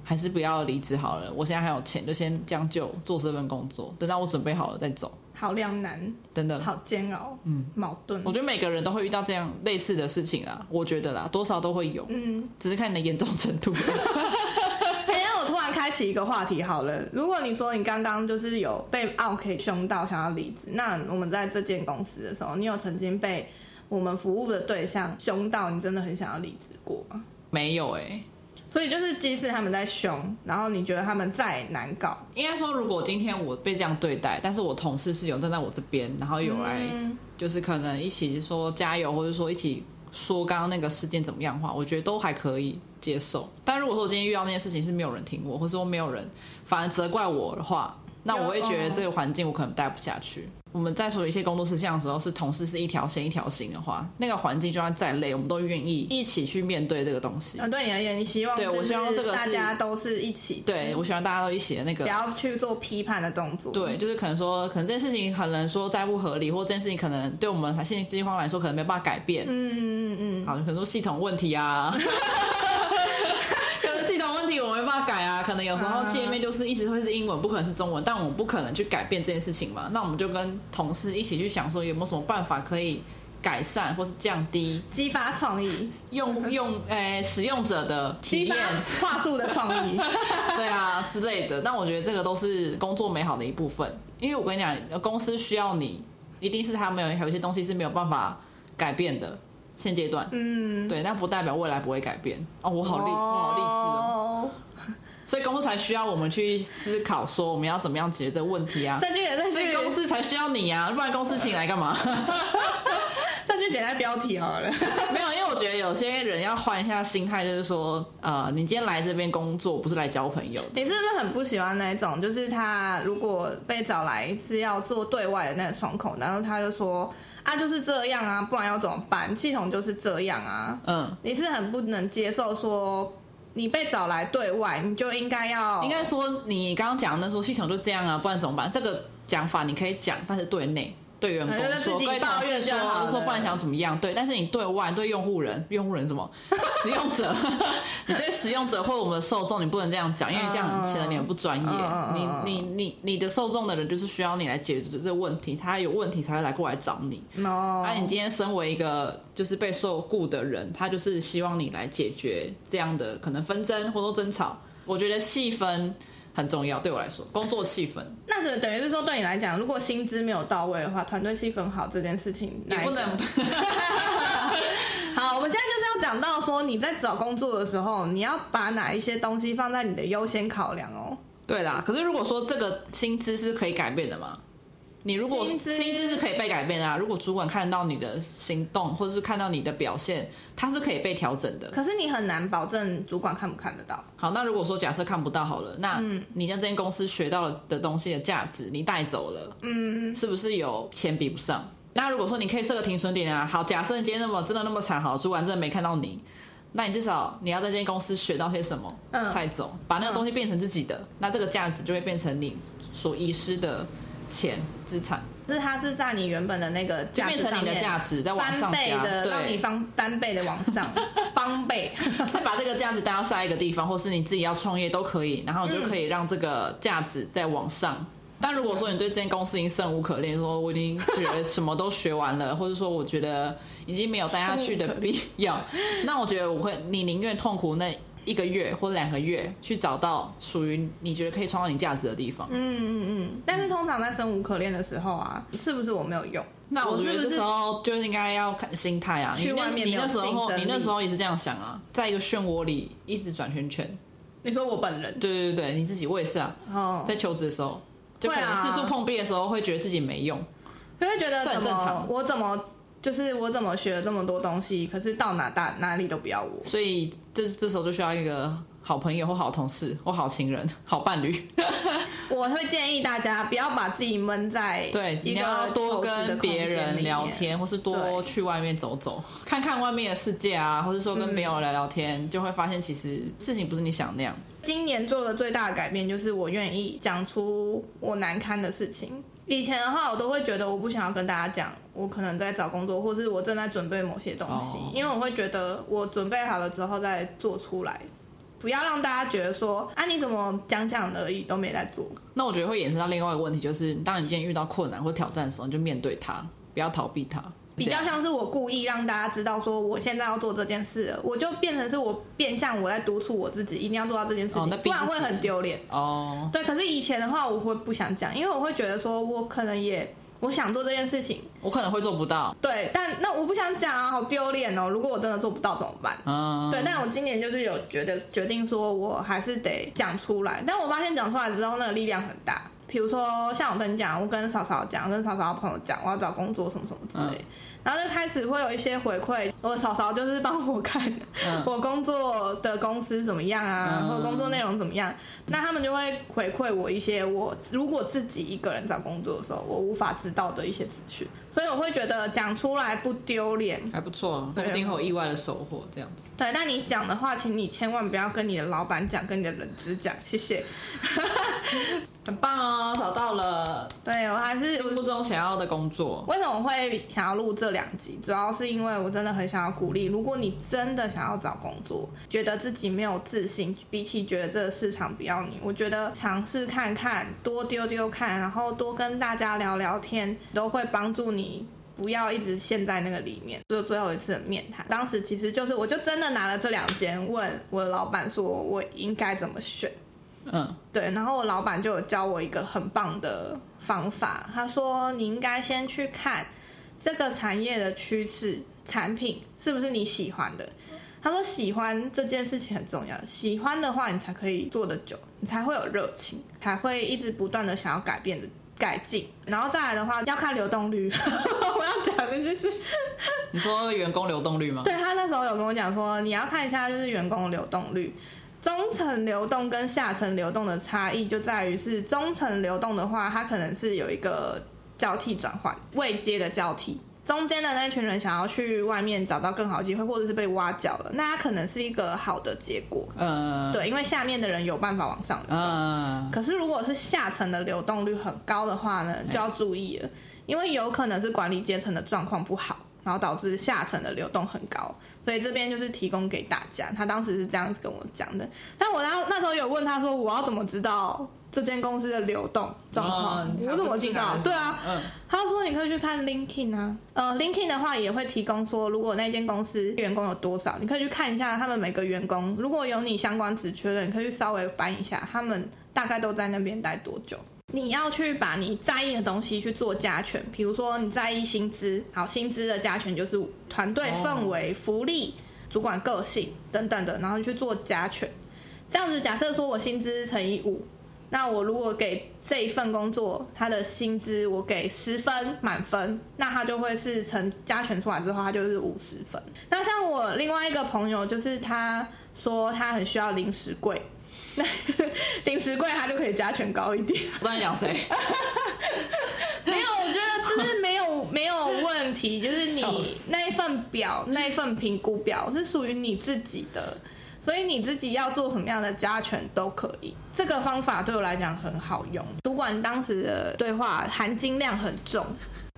A: 还是不要离职好了。我现在还有钱，就先将就做这份工作，等到我准备好了再走。
B: 好两难，
A: 真的，
B: 好煎熬，嗯，矛盾
A: 我。觉得每个人都会遇到这样类似的事情啦，我觉得啦，多少都会有，
B: 嗯，
A: 只是看你的严重程度。
B: 哎、让我突然开启一个话题好了。如果你说你刚刚就是有被 OK 凶到想要离职，那我们在这间公司的时候，你有曾经被我们服务的对象凶到，你真的很想要离职过吗？
A: 没有哎、
B: 所以就是，即使他们在凶，然后你觉得他们再难搞，
A: 应该说，如果今天我被这样对待，但是我同事是有站在我这边，然后有来，就是可能一起说加油，或者说一起说刚刚那个事件怎么样的话，我觉得都还可以接受。但如果说我今天遇到那件事情是没有人听我，或者说没有人反而责怪我的话，那我会觉得这个环境我可能待不下去。我们在处理一些工作事项的时候，是同事是一条线一条心的话，那个环境就算再累，我们都愿意一起去面对这个东西
B: 呃，。对你而言，你希望
A: 对我
B: 就是
A: 希望这个
B: 大
A: 是
B: 家都是一起，
A: 对，我喜欢大家都一起的那个
B: 不要去做批判的动作。
A: 对，就是可能说，可能这件事情可能说再不合理，或这件事情可能对我们现金方来说可能没办法改变。
B: 嗯，嗯嗯嗯，
A: 好，可能说系统问题啊， 可能系统问题我没办法改啊，可能有时候界面就是一直会是英文，不可能是中文，但我们不可能去改变这件事情嘛。那我们就跟同事一起去想说，有没有什么办法可以改善或是降低
B: 激发创意，
A: 用用诶、使用者的体
B: 激发
A: 验。
B: 话术的创意。
A: 对啊之类的。但我觉得这个都是工作美好的一部分，因为我跟你讲，公司需要你，一定是他们有有一些东西是没有办法改变的，现阶段。
B: 嗯，
A: 对，但不代表未来不会改变哦。我好励，我好励志哦。
B: 哦。
A: 所以公司才需要我们去思考，说我们要怎么样解决这个问题啊。
B: 这句也这
A: 所以公
B: 句，
A: 司才需要你啊，不然公司请你来干嘛？
B: 这句简单标题好了。
A: 没有，因为我觉得有些人要换一下心态，就是说，呃，你今天来这边工作不是来交朋友的，
B: 你是不是很不喜欢那一种？就是他如果被找来是要做对外的那个窗口，然后他就说啊，就是这样啊，不然要怎么办？系统就是这样啊。
A: 嗯。
B: 你是很不能接受说你被找来对外，你就应该要
A: 应该说你刚刚讲的那说系统就这样啊，不然怎么办？这个讲法你可以讲，但是对内对员工
B: 反正就
A: 说，
B: 哎自己
A: 对
B: 抱
A: 同
B: 怨
A: 事
B: 就好
A: 说，
B: 了
A: 说不然想怎么样？对，但是你对外对用户人，用户人是什么 使用者， 你对使用者或我们的受众，你不能这样讲，因为这样显得你很不专业。
B: 嗯嗯嗯
A: 你你你你的受众的人就是需要你来解决这个问题，他有问题才会来过来找你。
B: 哦，
A: 那、你今天身为一个就是被受雇的人，他就是希望你来解决这样的可能纷争或者争吵。我觉得气氛很重要，对我来说，工作气氛
B: 那等等于是说，对你来讲，如果薪资没有到位的话，团队气氛好这件事情
A: 也
B: 哪一
A: 不
B: 个
A: 能
B: 好，我们现在就是要讲到说，你在找工作的时候，你要把哪一些东西放在你的优先考量哦。
A: 对啦。可是如果说这个薪资是可以改变的嘛，你如果
B: 薪资
A: 薪资是可以被改变的啊，如果主管看到你的行动或是看到你的表现，它是可以被调整的。
B: 可是你很难保证主管看不看得到。
A: 好，那如果说假设看不到好了，那
B: 嗯
A: 你在这间公司学到的东西的价值，你带走了，嗯，是不是有钱比不上？那如果说你可以设个停损点啊，好，假设你今天那么真的那么惨，好，主管真的没看到你，那你至少你要在这间公司学到些什么，
B: 嗯
A: 才走，把那个东西变成自己的，那这个价值就会变成你所遗失的钱资产，
B: 就是它是在你原本的那个
A: 就
B: 价
A: 变
B: 值
A: 成
B: 上
A: 你的
B: 面
A: 价值再往
B: 翻
A: 上
B: 倍
A: 加，
B: 的，让你
A: 对，
B: 翻翻倍的往 上，翻倍。
A: 再 把这个价值带到下一个地方，或是你自己要创业都可以，然后你就可以让这个价值再往上。但如果说你对这间公司已经生无可恋，说我已经 学什么都学完了，或者说我觉得已经没有待下去的必要，那我觉得我会，你宁愿痛苦那一个月或两个月去找到属于你觉得可以创造你价值的地方。
B: 嗯嗯嗯。但是通常在生无可恋的时候啊，是不是我没有用？
A: 那我
B: 我
A: 觉
B: 是
A: 得
B: 不
A: 这
B: 是
A: 时候就应该要看心态啊，
B: 去
A: 你那
B: 外面
A: 你
B: 没有
A: 那时候
B: 竞争
A: 你
B: 力
A: 那时候也是这样想啊，在一个漩涡里一直转圈圈。
B: 你说我本人
A: 对对对，你自己我也是啊，
B: 哦，
A: 在求职的时候，就可
B: 会
A: 能
B: 啊
A: 四处碰壁的时候，会觉得自己没用。
B: 就会觉得
A: 这很
B: 怎
A: 正
B: 么
A: 常
B: 我怎么就是我怎么学了这么多东西，可是到哪大哪里都不要我。
A: 所以这这时候就需要一个好朋友或好同事或好情人、好伴 侣。
B: 我会建议大家不要把自己闷在
A: 对，
B: 一
A: 你
B: 个
A: 要多
B: 求职
A: 跟
B: 的空
A: 别
B: 间里
A: 人聊
B: 面。
A: 天，或是多
B: 对
A: 去外面走走，看看外面的世界啊，或是说跟朋友聊聊天，就会发现其实事情不是你想那样。
B: 今年做的最大的改变就是我愿意讲出我难堪的事情。以前的话，我都会觉得我不想要跟大家讲，我可能在找工作，或是我正在准备某些东西，
A: 哦
B: 因为我会觉得我准备好了之后再做出来，不要让大家觉得说啊你怎么讲讲而已都没在做。
A: 那我觉得会衍生到另外一个问题，就是当你今天遇到困难或挑战的时候，你就面对它，不要逃避它。
B: 比较
A: 这样
B: 像是我故意让大家知道说我现在要做这件事了，我就变成是我变相我在督促我自己一定要做到这件事情，
A: 哦那
B: 不
A: 逼自己
B: 然会很丢脸。
A: 哦，
B: 对，可是以前的话我会不想讲，因为我会觉得说我可能也我想做这件事情，
A: 我可能会做不到。
B: 对，但那我不想讲啊，好丢脸哦。如果我真的做不到怎么办？
A: 嗯，
B: 对，但我今年就是有觉得决定说，我还是得讲出来。但我发现讲出来之后，那个力量很大。比如说，像我跟你讲，我跟嫂嫂讲，跟嫂嫂的朋友讲，我要找工作什么什么之
A: 嗯
B: 类，然后就开始会有一些回馈。我嫂嫂就是帮我看
A: 嗯
B: 我工作的公司怎么样啊，
A: 嗯
B: 或者工作内容怎么样，那他们就会回馈我一些我如果自己一个人找工作的时候，我无法知道的一些资讯。所以我会觉得讲出来不丢脸，
A: 还不错，说
B: 对啊
A: 不定会有意外的收获。这样子，
B: 对，但你讲的话，请你千万不要跟你的老板讲，跟你的人资讲，谢谢。
A: 很棒哦，找到了
B: 对我还是
A: 心目中想要的工作。
B: 为什么会想要录这两集，主要是因为我真的很想要鼓励，如果你真的想要找工作，觉得自己没有自信，比起觉得这个市场不要你，我觉得尝试看看，多丢丢看，然后多跟大家聊聊天，都会帮助你。不要一直陷在那个里面，就最后一次的面谈。当时其实就是，我就真的拿了这两间问我的老板说，我应该怎么选。
A: 嗯，
B: 对，然后我老板就有教我一个很棒的方法，他说你应该先去看这个产业的趋势，产品是不是你喜欢的。他说喜欢这件事情很重要，喜欢的话你才可以做得久，你才会有热情，才会一直不断的想要改变的改进。然后再来的话要看流动率， 我要讲的就是
A: 你说员工流动率吗？
B: 对他那时候有跟我讲说，你要看一下就是员工流动率，中层流动跟下层流动的差异就在于是中层流动的话，它可能是有一个交替转换，未接的交替。中间的那群人想要去外面找到更好的机会，或者是被挖角了，那它可能是一个好的结果，
A: 嗯，，
B: 呃对，因为下面的人有办法往上流动。
A: 嗯，
B: 可是如果是下层的流动率很高的话呢，就要注意了，因为有可能是管理阶层的状况不好，然后导致下层的流动很高，所以这边就是提供给大家。他当时是这样子跟我讲的，但我那那时候有问他说，我要怎么知道这间公司的流动状况？
A: 嗯
B: 我怎么知道？对啊，，
A: 嗯，
B: 他说你可以去看 LinkedIn 啊，呃，LinkedIn 的话也会提供说，如果那间公司员工有多少，你可以去看一下他们每个员工，如果有你相关职缺的，你可以去稍微翻一下，他们大概都在那边待多久。你要去把你在意的东西去做加权，比如说你在意薪资，好，薪资的加权就是团队氛围、福利、主管个性等等的，然后去做加权。这样子，假设说我薪资乘以五，那我如果给这一份工作他的薪资我给十分满分，那他就会是乘加权出来之后，他就是五十分。那像我另外一个朋友，就是他说他很需要零食柜，那 零食柜他就可以加权高一点。
A: 我知道你讲谁，
B: 没有，我觉得就是没有没有问题，就是 你
A: 笑死
B: 那一份表、那一份评估表是属于你自己的，所以你自己要做什么样的加权都可以。这个方法对我来讲很好用。主管当时的对话含金量很重，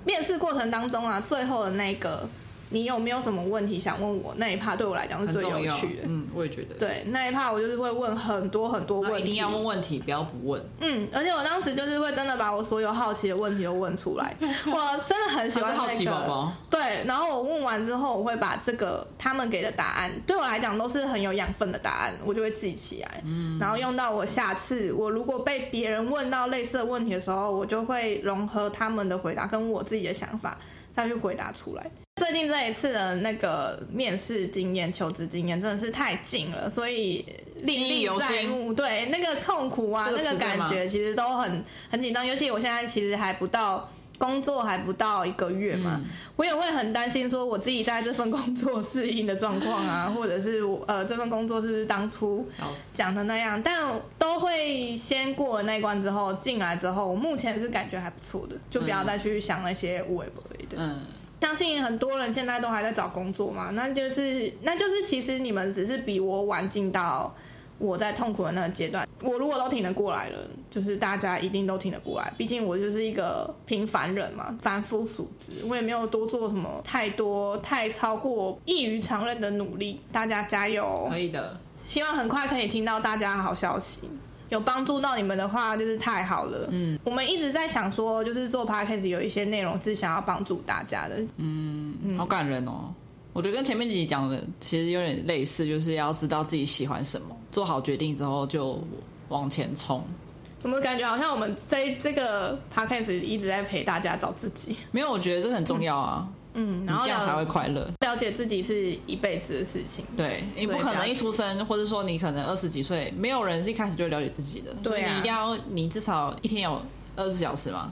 B: 面试过程当中啊，最后的那个你有没有什么问题想问我？那一趴对我来讲是
A: 很
B: 最
A: 重
B: 有
A: 要
B: 趣。的。
A: 嗯，我也觉得。
B: 对，那一趴我就是会问很多很多
A: 然后
B: 问
A: 一
B: 题，
A: 定要问问题，不要不问。
B: 嗯，而且我当时就是会真的把我所有好奇的问题都问出来，我真的很喜欢、那
A: 他是好
B: 个
A: 奇宝宝。
B: 对，然后我问完之后，我会把这个他们给的答案，对我来讲都是很有养分的答案，我就会记起来，
A: 嗯
B: 然后用到我下次我如果被别人问到类似的问题的时候，我就会融合他们的回答跟我自己的想法，再去回答出来。最近这一次的那个面试经验、求职经验真的是太近了，所以历
A: 记忆
B: 历
A: 犹
B: 在
A: 新
B: 目。嗯对，那个痛苦啊，
A: 这个
B: 那
A: 词
B: 个
A: 对
B: 感
A: 吗
B: 觉其实都很很紧张，尤其我现在其实还不到工作还不到一个月嘛，
A: 嗯
B: 我也会很担心说我自己在这份工作适应的状况 啊，或者是我呃这份工作是不是当初
A: 笑死
B: 讲的那样，但都会先过了那一关之后进来之后，我目前是感觉还不错的，就不要再去想那些无为不为的。
A: 嗯，
B: 相信很多人现在都还在找工作嘛，那就是那就是其实你们只是比我晚进到我在痛苦的那个阶段。我如果都挺得过来了，就是大家一定都挺得过来，毕竟我就是一个平凡人嘛，凡夫俗子，我也没有多做什么太多太超过异于常人的努力。大家加油！
A: 可以的。
B: 希望很快可以听到大家的好消息。有帮助到你们的话，就是太好了。嗯，我们一直在想说，就是做 podcast 有一些内容是想要帮助大家的，嗯
A: 好感人哦！我觉得跟前面几集讲的其实有点类似，就是要知道自己喜欢什么，做好决定之后就往前冲。
B: 怎么感觉好像我们在这个 podcast 一直在陪大家找自己，
A: 没有，我觉得这很重要啊，
B: 嗯，
A: 你
B: 然后
A: 这样才会
B: 了
A: 快乐。
B: 了解自己是一辈子的事情。
A: 对，你
B: 所以
A: 不可
B: 这样
A: 能一出生，或者说你可能二十几岁，没有人是一开始就了解自己的，所
B: 对
A: 以
B: 啊
A: 你一定要，你至少一天有二十小时 嘛，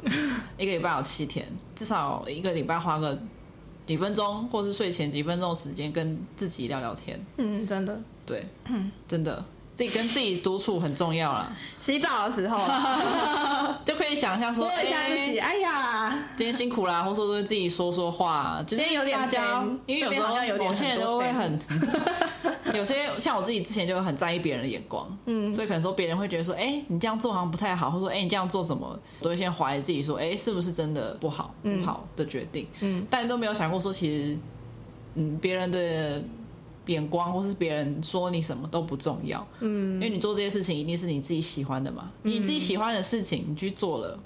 A: 一个礼拜有七天，至少一个礼拜花个几分钟，或是睡前几分钟的时间跟自己聊聊天。
B: 嗯，真的，
A: 对，
B: 嗯
A: 真的，自己跟自己独处很重要 啦。
B: 洗澡的时候
A: 就可以想象说，
B: 摸一下自己，
A: 哎
B: 哎呀，
A: 今天辛苦啦，或者说对自己说说话，就是
B: 今天有点
A: 大家
B: 烦，
A: 因为有
B: 这
A: 时
B: 边
A: 候
B: 好像有点
A: 某些人
B: 很
A: 都
B: 多
A: 会很， 有些像我自己之前就很在意别人的眼光，嗯，所以可能说别人会觉得说，哎、你这样做好像不太好，或者说，哎、你这样做什么，都会先怀疑自己说，哎、是不是真的不好，不好的决定，
B: 嗯，
A: 但都没有想过说，其实，嗯，别人的。眼光或是别人说你什么都不重要，嗯，因为你做这些事情一定是你自己喜欢的嘛，
B: 嗯
A: 你自己喜欢的事情你去做了，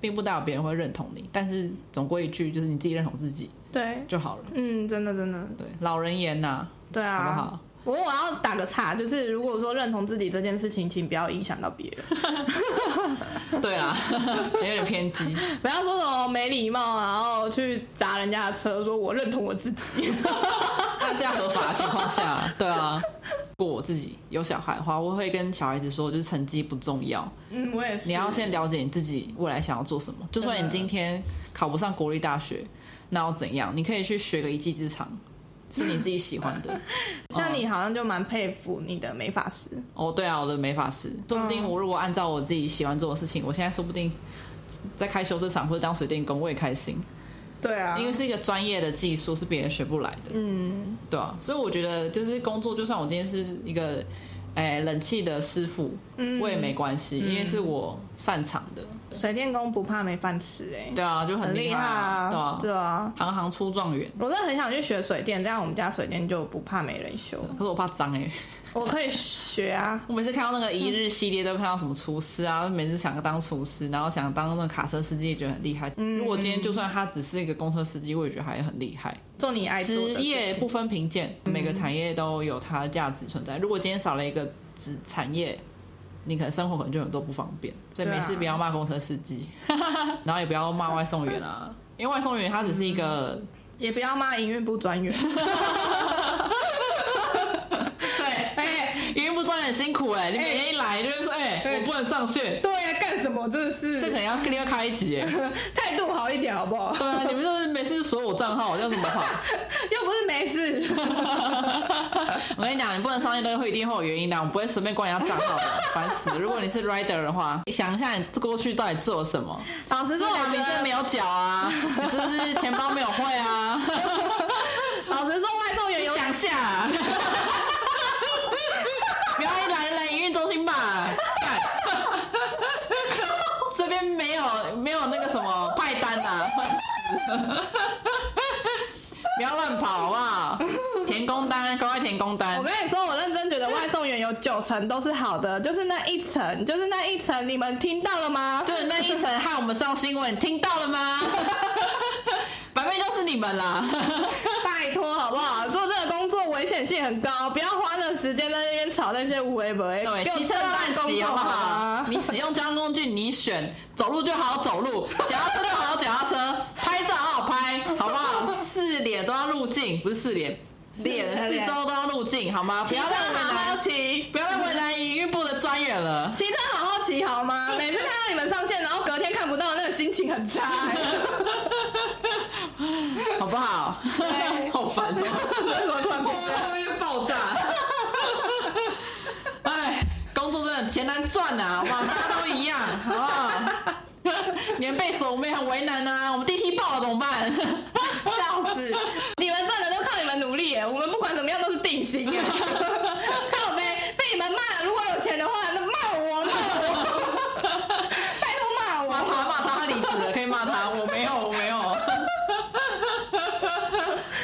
A: 并不代表别人会认同你，但是总归一句就是你自己认同自己
B: 对，
A: 就好了。
B: 嗯，真的真的，
A: 对，老人言呐、
B: 对啊。
A: 好不好？
B: 不过我要打个岔，就是如果说认同自己这件事情，请不要影响到别 人，
A: 对啊，有点偏激。
B: 不要说什么没礼貌，然后去砸人家的车，说我认同我自己。
A: 但是要合法的情况下，对啊。如果我自己有小孩的话，我会跟小孩子说，就是成绩不重要，
B: 嗯，我也是。
A: 你要先了解你自己未来想要做什么。就算你今天考不上国立大学，那又怎样？你可以去学个一技之长，是你自己喜欢的。
B: 像你好像就蛮佩服你的美发师，
A: 哦，对啊，我的美发师，说不
B: 嗯
A: 定我如果按照我自己喜欢做的事情，我现在说不定在开修车厂或者当水电工，我也开心，
B: 对啊，
A: 因为是一个专业的技术，是别人学不来的。嗯，对啊，所以我觉得就是工作，就算我今天是一个哎冷气的师傅，
B: 嗯
A: 我也没关系，因为是我擅长的。
B: 水电工不怕没饭吃哎、
A: 对啊，就
B: 很
A: 厉
B: 厉害
A: 啊，对
B: 啊
A: 啊，，
B: 对啊，
A: 行行出状元。
B: 我真的很想去学水电，这样我们家水电就不怕没人修。
A: 可是我怕脏哎、
B: 我可以学啊，
A: 我每次看到那个一日系列，都看到什么厨师啊，每次想当厨师，然后想当那个卡车司机，觉得很厉害。
B: 嗯
A: 如果今天就算他只是一个公车司机，我也觉得还很厉害。
B: 做你爱做
A: 职
B: 的事
A: 业
B: 情。嗯
A: 不分贫贱，每个产业都有它的价值存在。如果今天少了一个职产业，你可能生活可能就很多不方便。所以
B: 对啊
A: 没事不要骂公车司机， 然后也不要骂外送员啊，因为外送员他只是一个
B: 也不要骂营运部 专员。
A: 对，
B: 嗯
A: 哎，因为不专业很辛苦哎、你每天一来就会说，哎、
B: 哎
A: 我不能上线，
B: 对啊，干什么？真的是
A: 这可能要另外开一集哎、
B: 态度好一点好 不好？
A: 对啊，你们就是没事锁我账号，要怎么好？
B: 又不是没事，
A: 我跟你讲，你不能上线都会一定会有原因的，我们不会随便关人家账号的，烦死了！如果你是 rider 的话，你想一下你过去到底做了什么？
B: 老实说，
A: 是
B: 我
A: 我
B: 觉
A: 名声没
B: 得，
A: 有缴啊， 你是不是钱包没有汇啊？
B: 老实说，外送 员有
A: 想下、啊，不要一来来营运中心吧，干这边没有没有那个什么派单啊。不要乱跑好不好？填工单，赶快填工单
B: 我。跟你说，我认真觉得外送员有九成都是好的，就是那一层，就是那一层，你们听到了吗？
A: 对，那一 层害我们上新闻，听到了吗？ 反面就是你们啦。
B: 拜托好不好？做这个工作危险性很高，不要花那时间在那边吵那些无为不为，
A: 对，
B: 给我
A: 骑车
B: 正
A: 慢
B: 办工
A: 骑
B: 作
A: 好不好
B: 吗？？
A: 啊你使用交通工具，你选走路就好好走路，脚踏车就好好脚踏车，拍照好好拍，好不好？四脸都要入镜，不是四脸，脸
B: 四
A: 四
B: 脸
A: 周都要入镜，好吗？不
B: 骑
A: 要
B: 车
A: 再为
B: 好好
A: 难，
B: 骑，
A: 不要再为难营运部的专员了。
B: 骑车好好骑好吗？每次看到你们上线，然后隔天看不到，那个心情很差、欸。
A: 好不好？
B: 对
A: 好烦哦、
B: 为什么突然变这样
A: 后面爆炸？ 哎，工作真的钱难赚呐、啊，好不好？大家都一样，好 不好？棉被锁我们也很为难呐、啊，我们地梯爆了怎么办？
B: 笑死！你们赚的都靠你们努力耶，我们不管怎么样都是定薪耶。 靠呗，被你们骂，如果有钱的话，那骂我，骂我， 拜托
A: 骂
B: 骂我。
A: 他骂他，他离职了，可以骂他，我没有，我没有，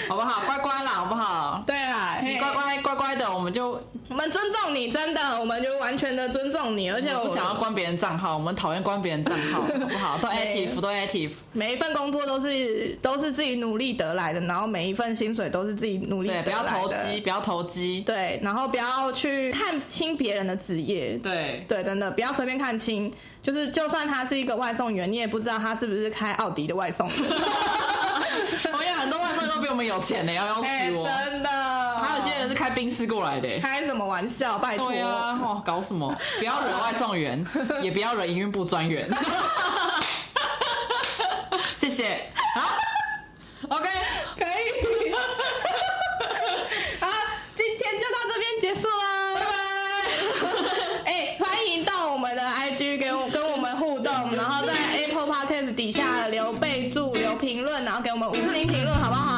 A: 好不好？乖乖啦，好不好？
B: 对啦，
A: 你
B: 嘿
A: 乖，乖乖乖的，我们就
B: 我们尊重你，真的，我们就完全的尊重你，而且
A: 我
B: 我
A: 不想要，关别人账号，我们讨厌关别人账号，好不好？都
B: 对
A: active，都 active。
B: 每一份工作都是都是自己努力得来的，然后每一份薪水都是自己努力
A: 对，
B: 得
A: 不要
B: 来
A: 投
B: 的。
A: 机，不要投机。
B: 对，然后不要去看清别人的职业，
A: 对
B: 对，真的不要随便看清，就是就算他是一个外送员，你也不知道他是不是开奥迪的外送员。
A: 我跟你讲，很多外送都比我们有钱呢，要要
B: 哎、
A: 死我。
B: 真的，
A: 还
B: 还
A: 有些人是开宾士过来的。欸
B: 开什么玩笑？拜托，
A: 对啊，哦，搞什么？不要惹外送员，也不要惹营运部专员。 谢谢。好，OK，哎
B: 可以。 好，今天就到这边结束啦，拜拜。哎、欢迎到我们的 IG 给我跟我们 互动，然后在 Apple Podcast 底下留备注、留评论，然后给我们五星评论，好不好？
A: 啊欸